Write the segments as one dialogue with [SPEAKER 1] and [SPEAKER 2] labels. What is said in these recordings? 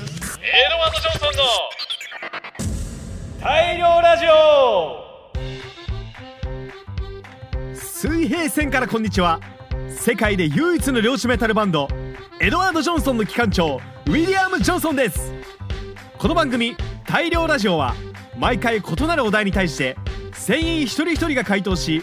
[SPEAKER 1] ワード・ジョンソンの大量ラジオ
[SPEAKER 2] 水平線からこんにちは世界で唯一の漁師メタルバンドエドワード・ジョンソンの機関長ウィリアム・ジョンソンですこの番組「大量ラジオは」毎回異なるお題に対して船員一人一人が回答し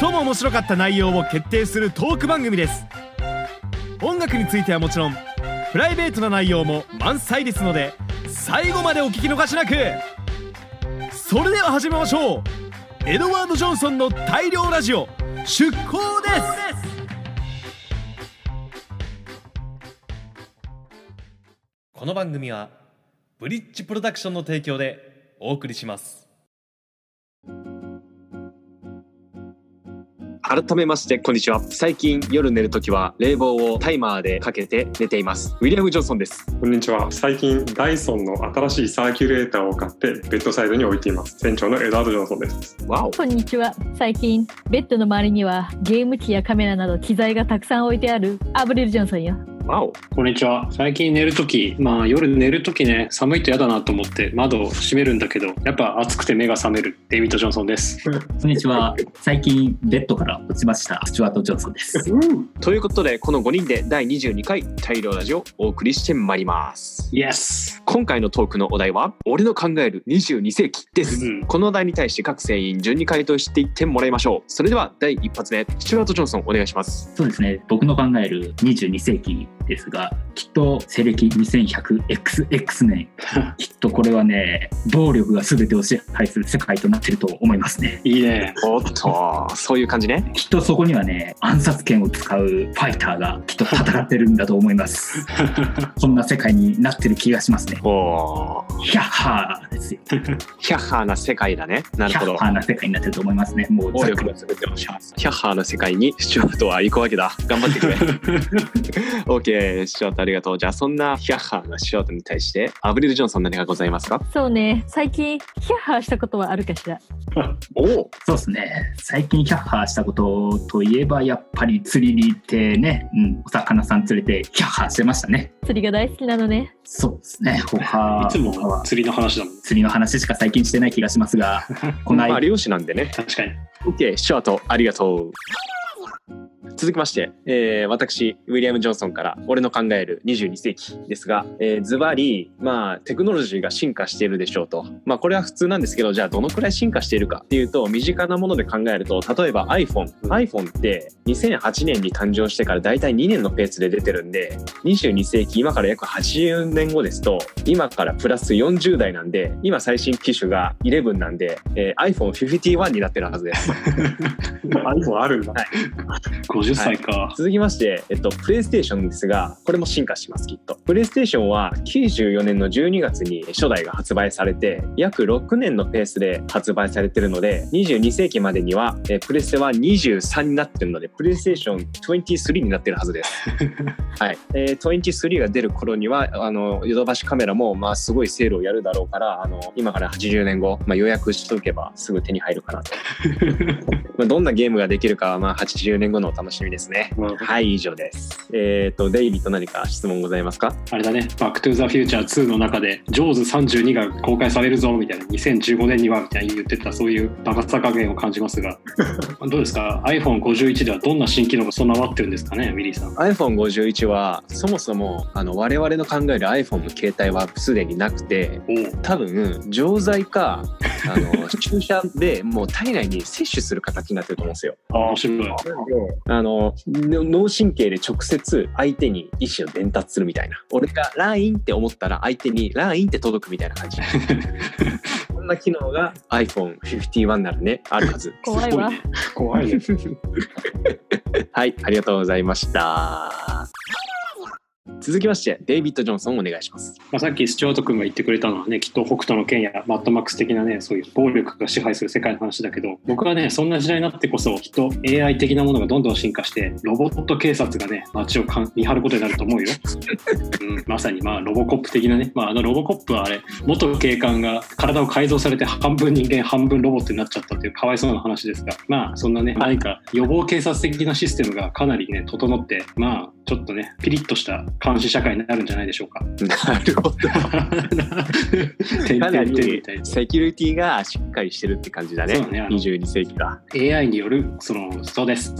[SPEAKER 2] 最も面白かった内容を決定するトーク番組です音楽についてはもちろんプライベートな内容も満載ですので最後までお聞き逃しなくそれでは始めましょうエドワード・ジョンソンの大量ラジオ出航ですこの番組はブリッジプロダクションの提供でお送りします
[SPEAKER 3] 改めましてこんにちは最近夜寝るときは冷房をタイマーでかけて寝ていますウィリアム・ジョンソンです
[SPEAKER 4] こんにちは。最近、ダイソンの新しいサーキュレーターを買って、ベッドサイドに置いています。船長のエドワード・ジョンソンです。
[SPEAKER 3] わお
[SPEAKER 5] こんにちは。最近、ベッドの周りにはゲーム機やカメラなど機材がたくさん置いてあるアブリル・ジョンソンよ。
[SPEAKER 3] わお
[SPEAKER 6] こんにちは。最近寝るとき、まあ夜寝るときね、寒いと嫌だなと思って窓を閉めるんだけど、やっぱ暑くて目が覚める、デイビッド・ジョンソンです。
[SPEAKER 7] こんにちは。最近ベッドから落ちました。スチュワート・ジョンソンです。
[SPEAKER 3] ということでこの5人で第22回大量ラジオをお送りしてまいります
[SPEAKER 6] イエス
[SPEAKER 3] 今回のトークのお題は俺の考える22世紀です、
[SPEAKER 6] うん
[SPEAKER 3] このお題に対して各船員順に回答していってもらいましょうそれでは第一発目スチュワート・ジョンソンお願いします
[SPEAKER 7] そうですね。僕の考える22世紀ですが、きっと西暦 2100XX 年。きっとこれはね、暴力が全てを支配する世界となってると思いますね。
[SPEAKER 6] いいね。
[SPEAKER 3] おっとそういう感じね
[SPEAKER 7] きっとそこにはね、暗殺権を使うファイターがきっと働ってるんだと思い ます。そんな世界になってる気がしますね。
[SPEAKER 3] おー
[SPEAKER 7] ヒャッハーですよ。
[SPEAKER 3] ヒャッハーな世界だねなる
[SPEAKER 7] ヒャ
[SPEAKER 3] ほど
[SPEAKER 7] ッハーな世界になってると思いますね。もう
[SPEAKER 3] 暴
[SPEAKER 7] ざっ
[SPEAKER 3] 力
[SPEAKER 7] くり
[SPEAKER 3] が全てを支配するヒャッハーの世界にスチュワートは行くわけだ頑張ってくれ OK スチュワートありがとうじゃあそんなヒャッハーのスチュワートに対してアブリル・ジョンソン何がございますか
[SPEAKER 5] そうね、最近、ヒャッハーしたことはあるかしら。
[SPEAKER 3] おお
[SPEAKER 7] そうですね最近キャッハーしたことといえばやっぱり釣りに行ってね、うん、お魚さん連れてキャッハーしてましたね
[SPEAKER 5] 釣りが大好きなのね。
[SPEAKER 7] そうですね他
[SPEAKER 6] いつ
[SPEAKER 7] 他
[SPEAKER 6] も
[SPEAKER 7] は
[SPEAKER 6] 釣りの話だもん。
[SPEAKER 7] 釣りの話しか最近してない気がします がこの
[SPEAKER 3] まあ
[SPEAKER 7] 間
[SPEAKER 3] 漁師なんでね
[SPEAKER 6] 確かに。
[SPEAKER 3] OK スチュワートありがとう続きまして、えー私ウィリアム・ジョンソンから「俺の考える22世紀」ですがえーズバリまあテクノロジーが進化しているでしょうとまあこれは普通なんですけどじゃあどのくらい進化しているかっていうと身近なもので考えると例えば iPhone、iPhone って2008年に誕生してから大体2年のペースで出てるんで22世紀今から約80年後ですと今からプラス40代なんで今最新機種が11なんで、えー iPhone51 になってるはずです
[SPEAKER 4] あ、iPhone あるんだ。
[SPEAKER 6] 50歳か。
[SPEAKER 3] 続きまして、えっと、プレイステーションですが、これも進化します、きっと。プレイステーションは94年の12月に初代が発売されて、約6年のペースで発売されてるので、22世紀までには、えプレステは23になってるので、プレイステーション23になってるはずです。はい。えー、23が出る頃には、あの、ヨドバシカメラも、まあ、すごいセールをやるだろうから、あの、今から80年後、まあ、予約しておけばすぐ手に入るかなと。まあ、どんなゲームができるかは、まあ、80年後のお楽しみですね。
[SPEAKER 6] まあ
[SPEAKER 3] はい、以上です。えっ、と、デイビーと何か質問ございますか
[SPEAKER 6] あれだね、バック・トゥ・ザ・フューチャー2の中で、ジョーズ32が公開されるぞみたいな、2015年にはみたいに言ってた、そういうバカさ加減を感じます が、どうですか、iPhone51 ではどんな新機能が備わってるんですかね、ウィリーさん。
[SPEAKER 3] ?iPhone51 は、そもそも、あの、我々の考える iPhone の携帯はすでになくて、
[SPEAKER 6] おう
[SPEAKER 3] 多分、錠剤か、あ の、注射でもう体内に摂取する形になってると思うんですよ。
[SPEAKER 6] あー面白い。
[SPEAKER 3] あの、の脳神経で直接相手に意思を伝達するみたいな。俺が LINE って思ったら相手に LINE って届くみたいな感 じ。こんな機能が iPhone51 ならね、あるはず。
[SPEAKER 5] 怖いわ。
[SPEAKER 6] 怖いね。
[SPEAKER 3] はい、ありがとうございました。続きまして、デイビッド・ジョンソンお願いします。
[SPEAKER 6] まあ、さっきスチュワート君が言ってくれたのはねきっと北斗の剣やマッドマックス的なねそういう暴力が支配する世界の話だけど僕はねそんな時代になってこそきっと AI 的なものがどんどん進化してロボット警察がね街をかん見張ることになると思うよ、 うん、まさにまあロボコップ的なね、まあ、あのロボコップはあれ元警官が体を改造されて半分人間半分ロボットになっちゃったっていうかわいそうな話ですがまあそんなね何か予防警察的なシステムがかなりね整ってまあちょっとね、ピリッとした監視社会になるんじゃないでしょうか。
[SPEAKER 3] なるほど。
[SPEAKER 6] 点
[SPEAKER 3] かな
[SPEAKER 6] 々点み
[SPEAKER 3] り
[SPEAKER 6] たいな
[SPEAKER 3] セキュリティがしっかりしてるって感じだね。
[SPEAKER 6] そうねあの
[SPEAKER 3] 22世紀が。
[SPEAKER 6] AI による、その、そうです。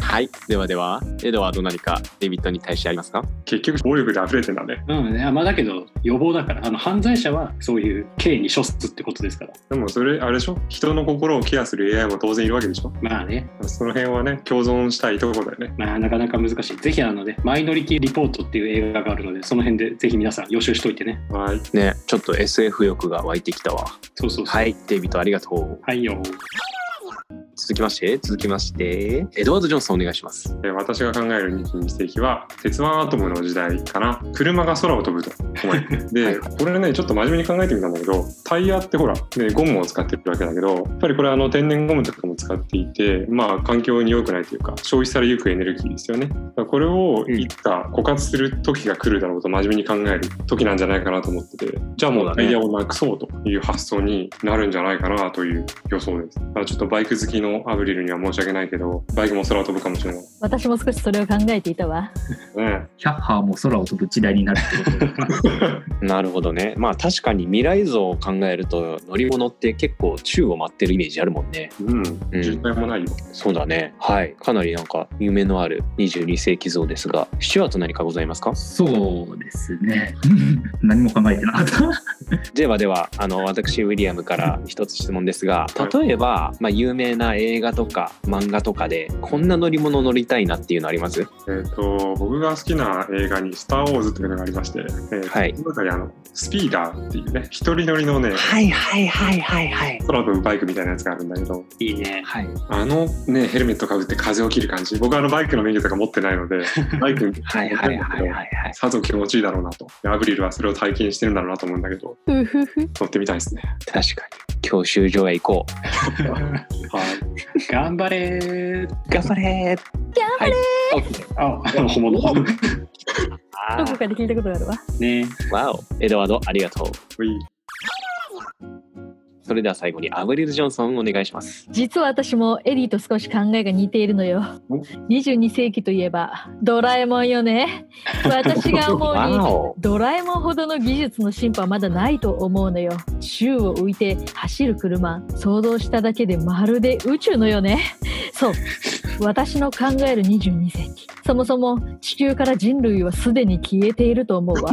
[SPEAKER 3] はい。ではでは、エドワード何かデビットに対してありますか
[SPEAKER 4] 結局暴力で溢れてんだね
[SPEAKER 6] うん、いやまあだけど予防だからあの犯罪者はそういう刑に処すってことですから
[SPEAKER 4] でもそれあれでしょ人の心をケアする AI も当然いるわけでしょ
[SPEAKER 6] まあね
[SPEAKER 4] その辺はね共存したいところだよね
[SPEAKER 6] まあなかなか難しいぜひあのねマイノリティリポートっていう映画があるのでその辺でぜひ皆さん予習しといてね
[SPEAKER 4] はい
[SPEAKER 3] ね、ちょっと SF 欲が湧いてきたわ。
[SPEAKER 6] そうそうそう
[SPEAKER 3] はい。デビットありがとう。
[SPEAKER 6] はいよ
[SPEAKER 3] 続きまして、続きまして、エドワード・ジョンソンお願いします。
[SPEAKER 4] えー私が考える22世紀は鉄腕アトムの時代かな車が空を飛ぶと思い で、
[SPEAKER 3] はい
[SPEAKER 4] これねちょっと真面目に考えてみたんだけどタイヤってほら、ね、ゴムを使ってるわけだけどやっぱりこれあの天然ゴムとかも使っていてまあ環境に良くないというか消費されゆくエネルギーですよねだからこれをいつか枯渇する時が来るだろうと真面目に考える時なんじゃないかなと思っててじゃあも
[SPEAKER 3] そう
[SPEAKER 4] う
[SPEAKER 3] だ
[SPEAKER 4] タ
[SPEAKER 3] ね
[SPEAKER 4] イヤをなくそうという発想になるんじゃないかなという予想ですだからちょっとバイク好きのアブリルには申し訳ないけどバイクも空を飛ぶかもしれない
[SPEAKER 5] 私も少しそれを考えていたわ
[SPEAKER 4] ね
[SPEAKER 7] キャッハーも空を飛ぶ時代になる ってこと
[SPEAKER 3] なるほどね。まあ確かに未来像を考えると、乗り物って結構宙を舞ってるイメージあるもんね。
[SPEAKER 4] うん、
[SPEAKER 3] うん
[SPEAKER 4] 渋滞もないよ。
[SPEAKER 3] そうだね。はい。かなりなんか夢のある22世紀像ですが、シュワと何かございますか
[SPEAKER 7] そうですね 何も考えてなかった
[SPEAKER 3] ではでは、あの、私、ウィリアムから一つ質問ですが、例えば、まあ有名な映画とか漫画とかで、こんな乗り物乗りたいなっていうのあります
[SPEAKER 4] えっ、と、僕が好きな映画に、スター・ウォーズというのがありまして、えー
[SPEAKER 3] はい
[SPEAKER 4] その中にあの、スピーダーっていうね、一人乗りのね、
[SPEAKER 3] いはいはいはいはい。
[SPEAKER 4] 空飛ぶバイクみたいなやつがあるんだけど、
[SPEAKER 6] いいね
[SPEAKER 3] はい。
[SPEAKER 4] あのね、ヘルメットかぶって風を切る感じ、僕はあのバイクの免許とか持ってないの で、バイクに乗って
[SPEAKER 3] は
[SPEAKER 4] ないいんだけど
[SPEAKER 3] はいはいはいはい。
[SPEAKER 4] さぞ気持ちいいだろうなと。でアブリルはそれを体験してるんだろうなと思うんだけど、
[SPEAKER 5] うふふ
[SPEAKER 4] 乗ってみたいですね。
[SPEAKER 3] 確かに。教習所へ行こう。
[SPEAKER 4] はい。
[SPEAKER 6] 頑張れー
[SPEAKER 3] 頑
[SPEAKER 5] 頑
[SPEAKER 3] 張れ
[SPEAKER 5] 張れ
[SPEAKER 3] はい
[SPEAKER 6] あ本物
[SPEAKER 5] どこかで聞いたことがあるわ
[SPEAKER 6] ね
[SPEAKER 3] わお。エドワード、ありがとう。
[SPEAKER 4] ほい
[SPEAKER 3] それでは最後にアブリル・ジョンソンお願いします。
[SPEAKER 5] 実は私もエリーと少し考えが似ているのよ
[SPEAKER 4] お
[SPEAKER 5] 22世紀といえばドラえもんよ ね私が思うに
[SPEAKER 3] わお。
[SPEAKER 5] ドラえもんほどの技術の進歩はまだないと思うのよ宙を浮いて走る車想像しただけでまるで宇宙のよね そう私の考える22世紀そもそも地球から人類はすでに消えていると思うわ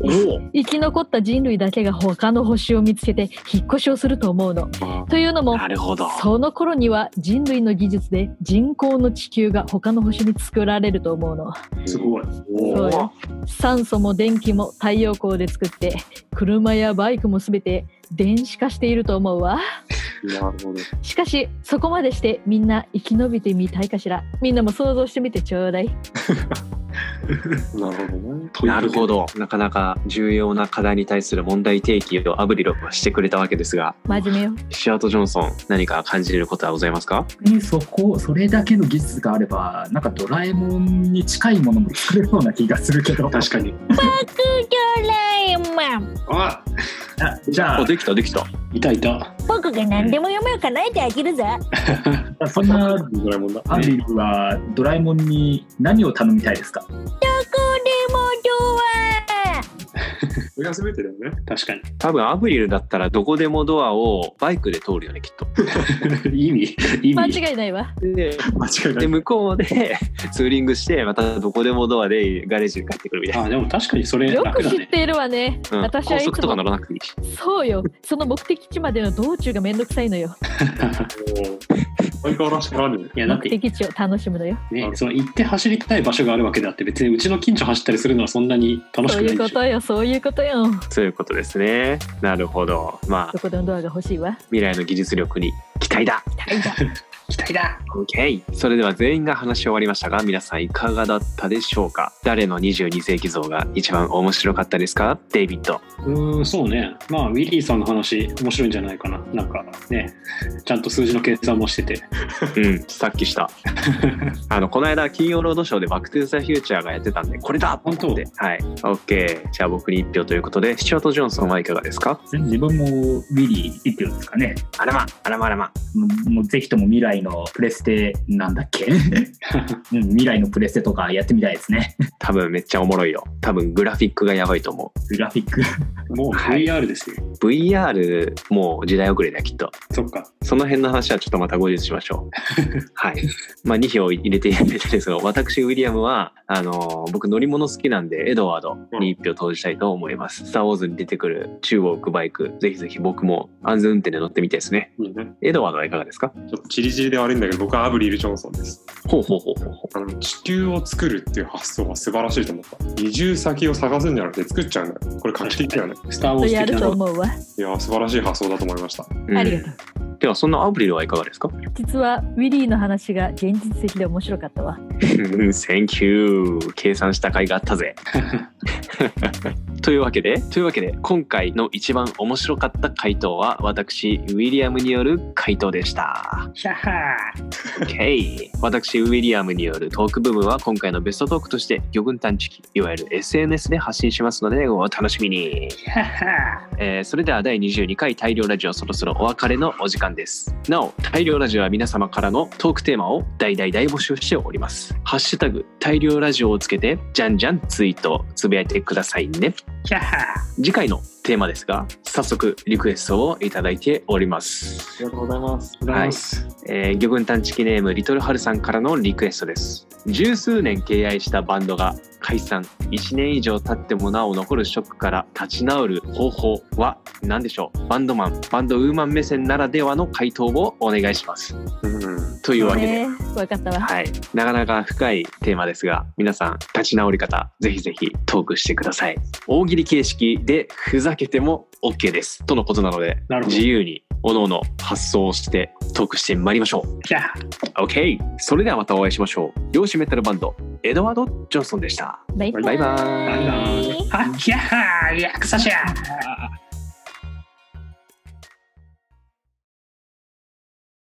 [SPEAKER 3] お お。
[SPEAKER 5] 生き残った人類だけが他の星を見つけて引っ越しをすると思うのというのも
[SPEAKER 3] なるほど。
[SPEAKER 5] その頃には人類の技術で人工の地球が他の星に作られると思うの
[SPEAKER 6] すごい
[SPEAKER 5] そう
[SPEAKER 3] お
[SPEAKER 5] よ酸素も電気も太陽光で作って車やバイクも全て電子化していると思うわ
[SPEAKER 4] なるほど。
[SPEAKER 5] しかしそこまでしてみんな生き延びてみたいかしらみんなも想像してみてちょうだい
[SPEAKER 4] なるほどね。
[SPEAKER 3] お。なるほど。なかなか重要な課題に対する問題提起をアブリルはしてくれたわけですが、
[SPEAKER 5] 真面目よ
[SPEAKER 3] シアート・ジョンソン、何か感じれることはございますか
[SPEAKER 7] 逆にそこそれだけの技術があればなんかドラえもんに近いものも作れそうな気がするけ ど
[SPEAKER 6] 確かに
[SPEAKER 5] ドラえもん
[SPEAKER 6] あ
[SPEAKER 7] あじゃ
[SPEAKER 3] あ、できたできた。
[SPEAKER 6] いたいた
[SPEAKER 5] 僕が
[SPEAKER 7] 何で
[SPEAKER 5] も夢を叶えてあげるぜ
[SPEAKER 7] あそんな
[SPEAKER 4] ドラえもんだ。
[SPEAKER 7] アビルはドラえもんに何を頼みたいですか
[SPEAKER 4] それが全てだよね。
[SPEAKER 6] 確か
[SPEAKER 3] 多分アブリルだったらどこでもドアをバイクで通るよね、きっと。
[SPEAKER 6] に 意味意
[SPEAKER 5] 間
[SPEAKER 6] 味
[SPEAKER 5] 違いないわ
[SPEAKER 3] で、
[SPEAKER 4] 間違いな
[SPEAKER 3] で
[SPEAKER 4] い。
[SPEAKER 3] 向こうで ツーリングして、またどこでもドアでガレージに帰ってくるみたいな。
[SPEAKER 6] あでも確かにそれ
[SPEAKER 5] よ
[SPEAKER 6] 楽
[SPEAKER 5] く
[SPEAKER 6] だ
[SPEAKER 5] 知っ
[SPEAKER 6] ね
[SPEAKER 5] ているわね、
[SPEAKER 3] うん、
[SPEAKER 5] 私は
[SPEAKER 3] 高
[SPEAKER 5] い
[SPEAKER 3] 速
[SPEAKER 5] つ
[SPEAKER 3] とか
[SPEAKER 5] も
[SPEAKER 3] 乗らなくていいし。
[SPEAKER 5] そうよその目的地までの道中がめんどくさいのよ
[SPEAKER 4] 相変わらしくなるね。
[SPEAKER 6] いやだっ
[SPEAKER 5] 目
[SPEAKER 6] て
[SPEAKER 5] 的地を楽しむのよ
[SPEAKER 6] ね、その行って走りたい場所があるわけであって別にうちの近所走ったりするのはそんなに楽し
[SPEAKER 5] そ
[SPEAKER 6] く
[SPEAKER 5] う
[SPEAKER 6] ないいん
[SPEAKER 5] う
[SPEAKER 6] で
[SPEAKER 5] こ
[SPEAKER 6] しょ
[SPEAKER 5] とよそういうことよ
[SPEAKER 3] そういうことですね。なるほど。まあ
[SPEAKER 5] ど、こでもドアが欲しいわ
[SPEAKER 3] 未来の技術力に期待だ。
[SPEAKER 6] 期待だ
[SPEAKER 3] OK! それでは全員が話し終わりましたが、皆さんいかがだったでしょうか誰の22世紀像が一番面白かったですかデイビッ ド。
[SPEAKER 6] うーんそうねまあウィリーさんの話面白いんじゃないかななんかねちゃんと数字の計算もしてて
[SPEAKER 3] うん、さっきした。 あの、この間、金曜ロードショーでバックトゥーザフューチャーがやってたんで、これだと思って。はい。OK。じゃあ僕に1票ということで、シチュアート・ジョンソンはいかがですか
[SPEAKER 7] 自分もウィリー一票ですかね
[SPEAKER 3] あらま、あらまあらま。
[SPEAKER 7] もうもうぜひとも未来来のプレステなんだっけ、 うん、未来のプレステとかやってみたいですね。
[SPEAKER 3] 多分めっちゃおもろいよ。多分グラフィックがやばいと思
[SPEAKER 7] グラフィック。
[SPEAKER 6] もう VR ですよ。
[SPEAKER 3] う。VR もう時代遅れだよきっと。
[SPEAKER 6] そっか。
[SPEAKER 3] その辺の話はちょっとまた後日しまし ょう。はい。まあ2票入れていただいたんですが、私、ウィリアムは、あのー僕乗り物好きなんで、エドワードに1票投じたいと思います。スター・ウォーズに出てくる中央区バイク、ぜひぜひ僕も安全運転で乗ってみたいですね。
[SPEAKER 4] いいね。
[SPEAKER 3] エドワードはいかがですか
[SPEAKER 4] ちょっとチリチリで悪いんだけど、僕はアブリル・ジョンソンです。
[SPEAKER 3] ほうほうほうほうほ
[SPEAKER 4] あの地球を作るっていう発想は素晴らしいと思った。移住先を探すんじゃなくて作っちゃうんだよ。これ画期的だよね。
[SPEAKER 6] スター・ウォ
[SPEAKER 5] と
[SPEAKER 6] ーズ
[SPEAKER 5] やる
[SPEAKER 6] 的な
[SPEAKER 5] と
[SPEAKER 6] の。
[SPEAKER 5] 思うわ。
[SPEAKER 4] いやー、素晴らしい発想だと思いました。
[SPEAKER 3] う。うん
[SPEAKER 5] ありがとう。
[SPEAKER 3] では、そんなアブリルはいかがですか
[SPEAKER 5] 実はウィリーの話が現実的で面白かったわ。
[SPEAKER 3] ?Thank you! 計算した甲斐があったぜ。というわけで、というわけで、今回の一番面白かった回答は、私、ウィリアムによる回答でした。
[SPEAKER 6] シャッハー
[SPEAKER 3] OK 私ウィリアムによるトーク部分は今回のベストトークとして魚群探知機いわゆる SNS で発信しますのでお楽しみに、
[SPEAKER 6] シャッハ
[SPEAKER 3] えーそれでは第22回大量ラジオそろそろお別れのお時間ですなお大量ラジオは皆様からのトークテーマを大々大募集しておりますハッシュタグ大量ラジオをつけてじゃんじゃんツイートつぶやいてくださいね
[SPEAKER 6] ーシャッハー
[SPEAKER 3] 次回のテーマですが早速リクエストをいただいております
[SPEAKER 4] ありがとうございます。
[SPEAKER 6] ございます。
[SPEAKER 3] えー、魚群探知機ネームリトルハルさんからのリクエストです十数年敬愛したバンドが解散1年以上経ってもなお残るショックから立ち直る方法は何でしょうバンドマンバンドウーマン目線ならではの回答をお願いします
[SPEAKER 4] うん。
[SPEAKER 3] というわけ
[SPEAKER 5] ね
[SPEAKER 3] で、
[SPEAKER 5] わかったわ。
[SPEAKER 3] はい、なかなか深いテーマですが皆さん立ち直り方ぜひぜひトークしてください大喜利形式でふざけても OK ですとのことなので
[SPEAKER 6] なるほど
[SPEAKER 3] 自由に各々発想をしてトークしてまいりましょう
[SPEAKER 6] シャッハー
[SPEAKER 3] OK それではまたお会いしましょう漁師メタルバンドエドワード・ジョンソンでした
[SPEAKER 5] バイバ
[SPEAKER 3] バイバーイ
[SPEAKER 6] あシャッハー役者シャッハー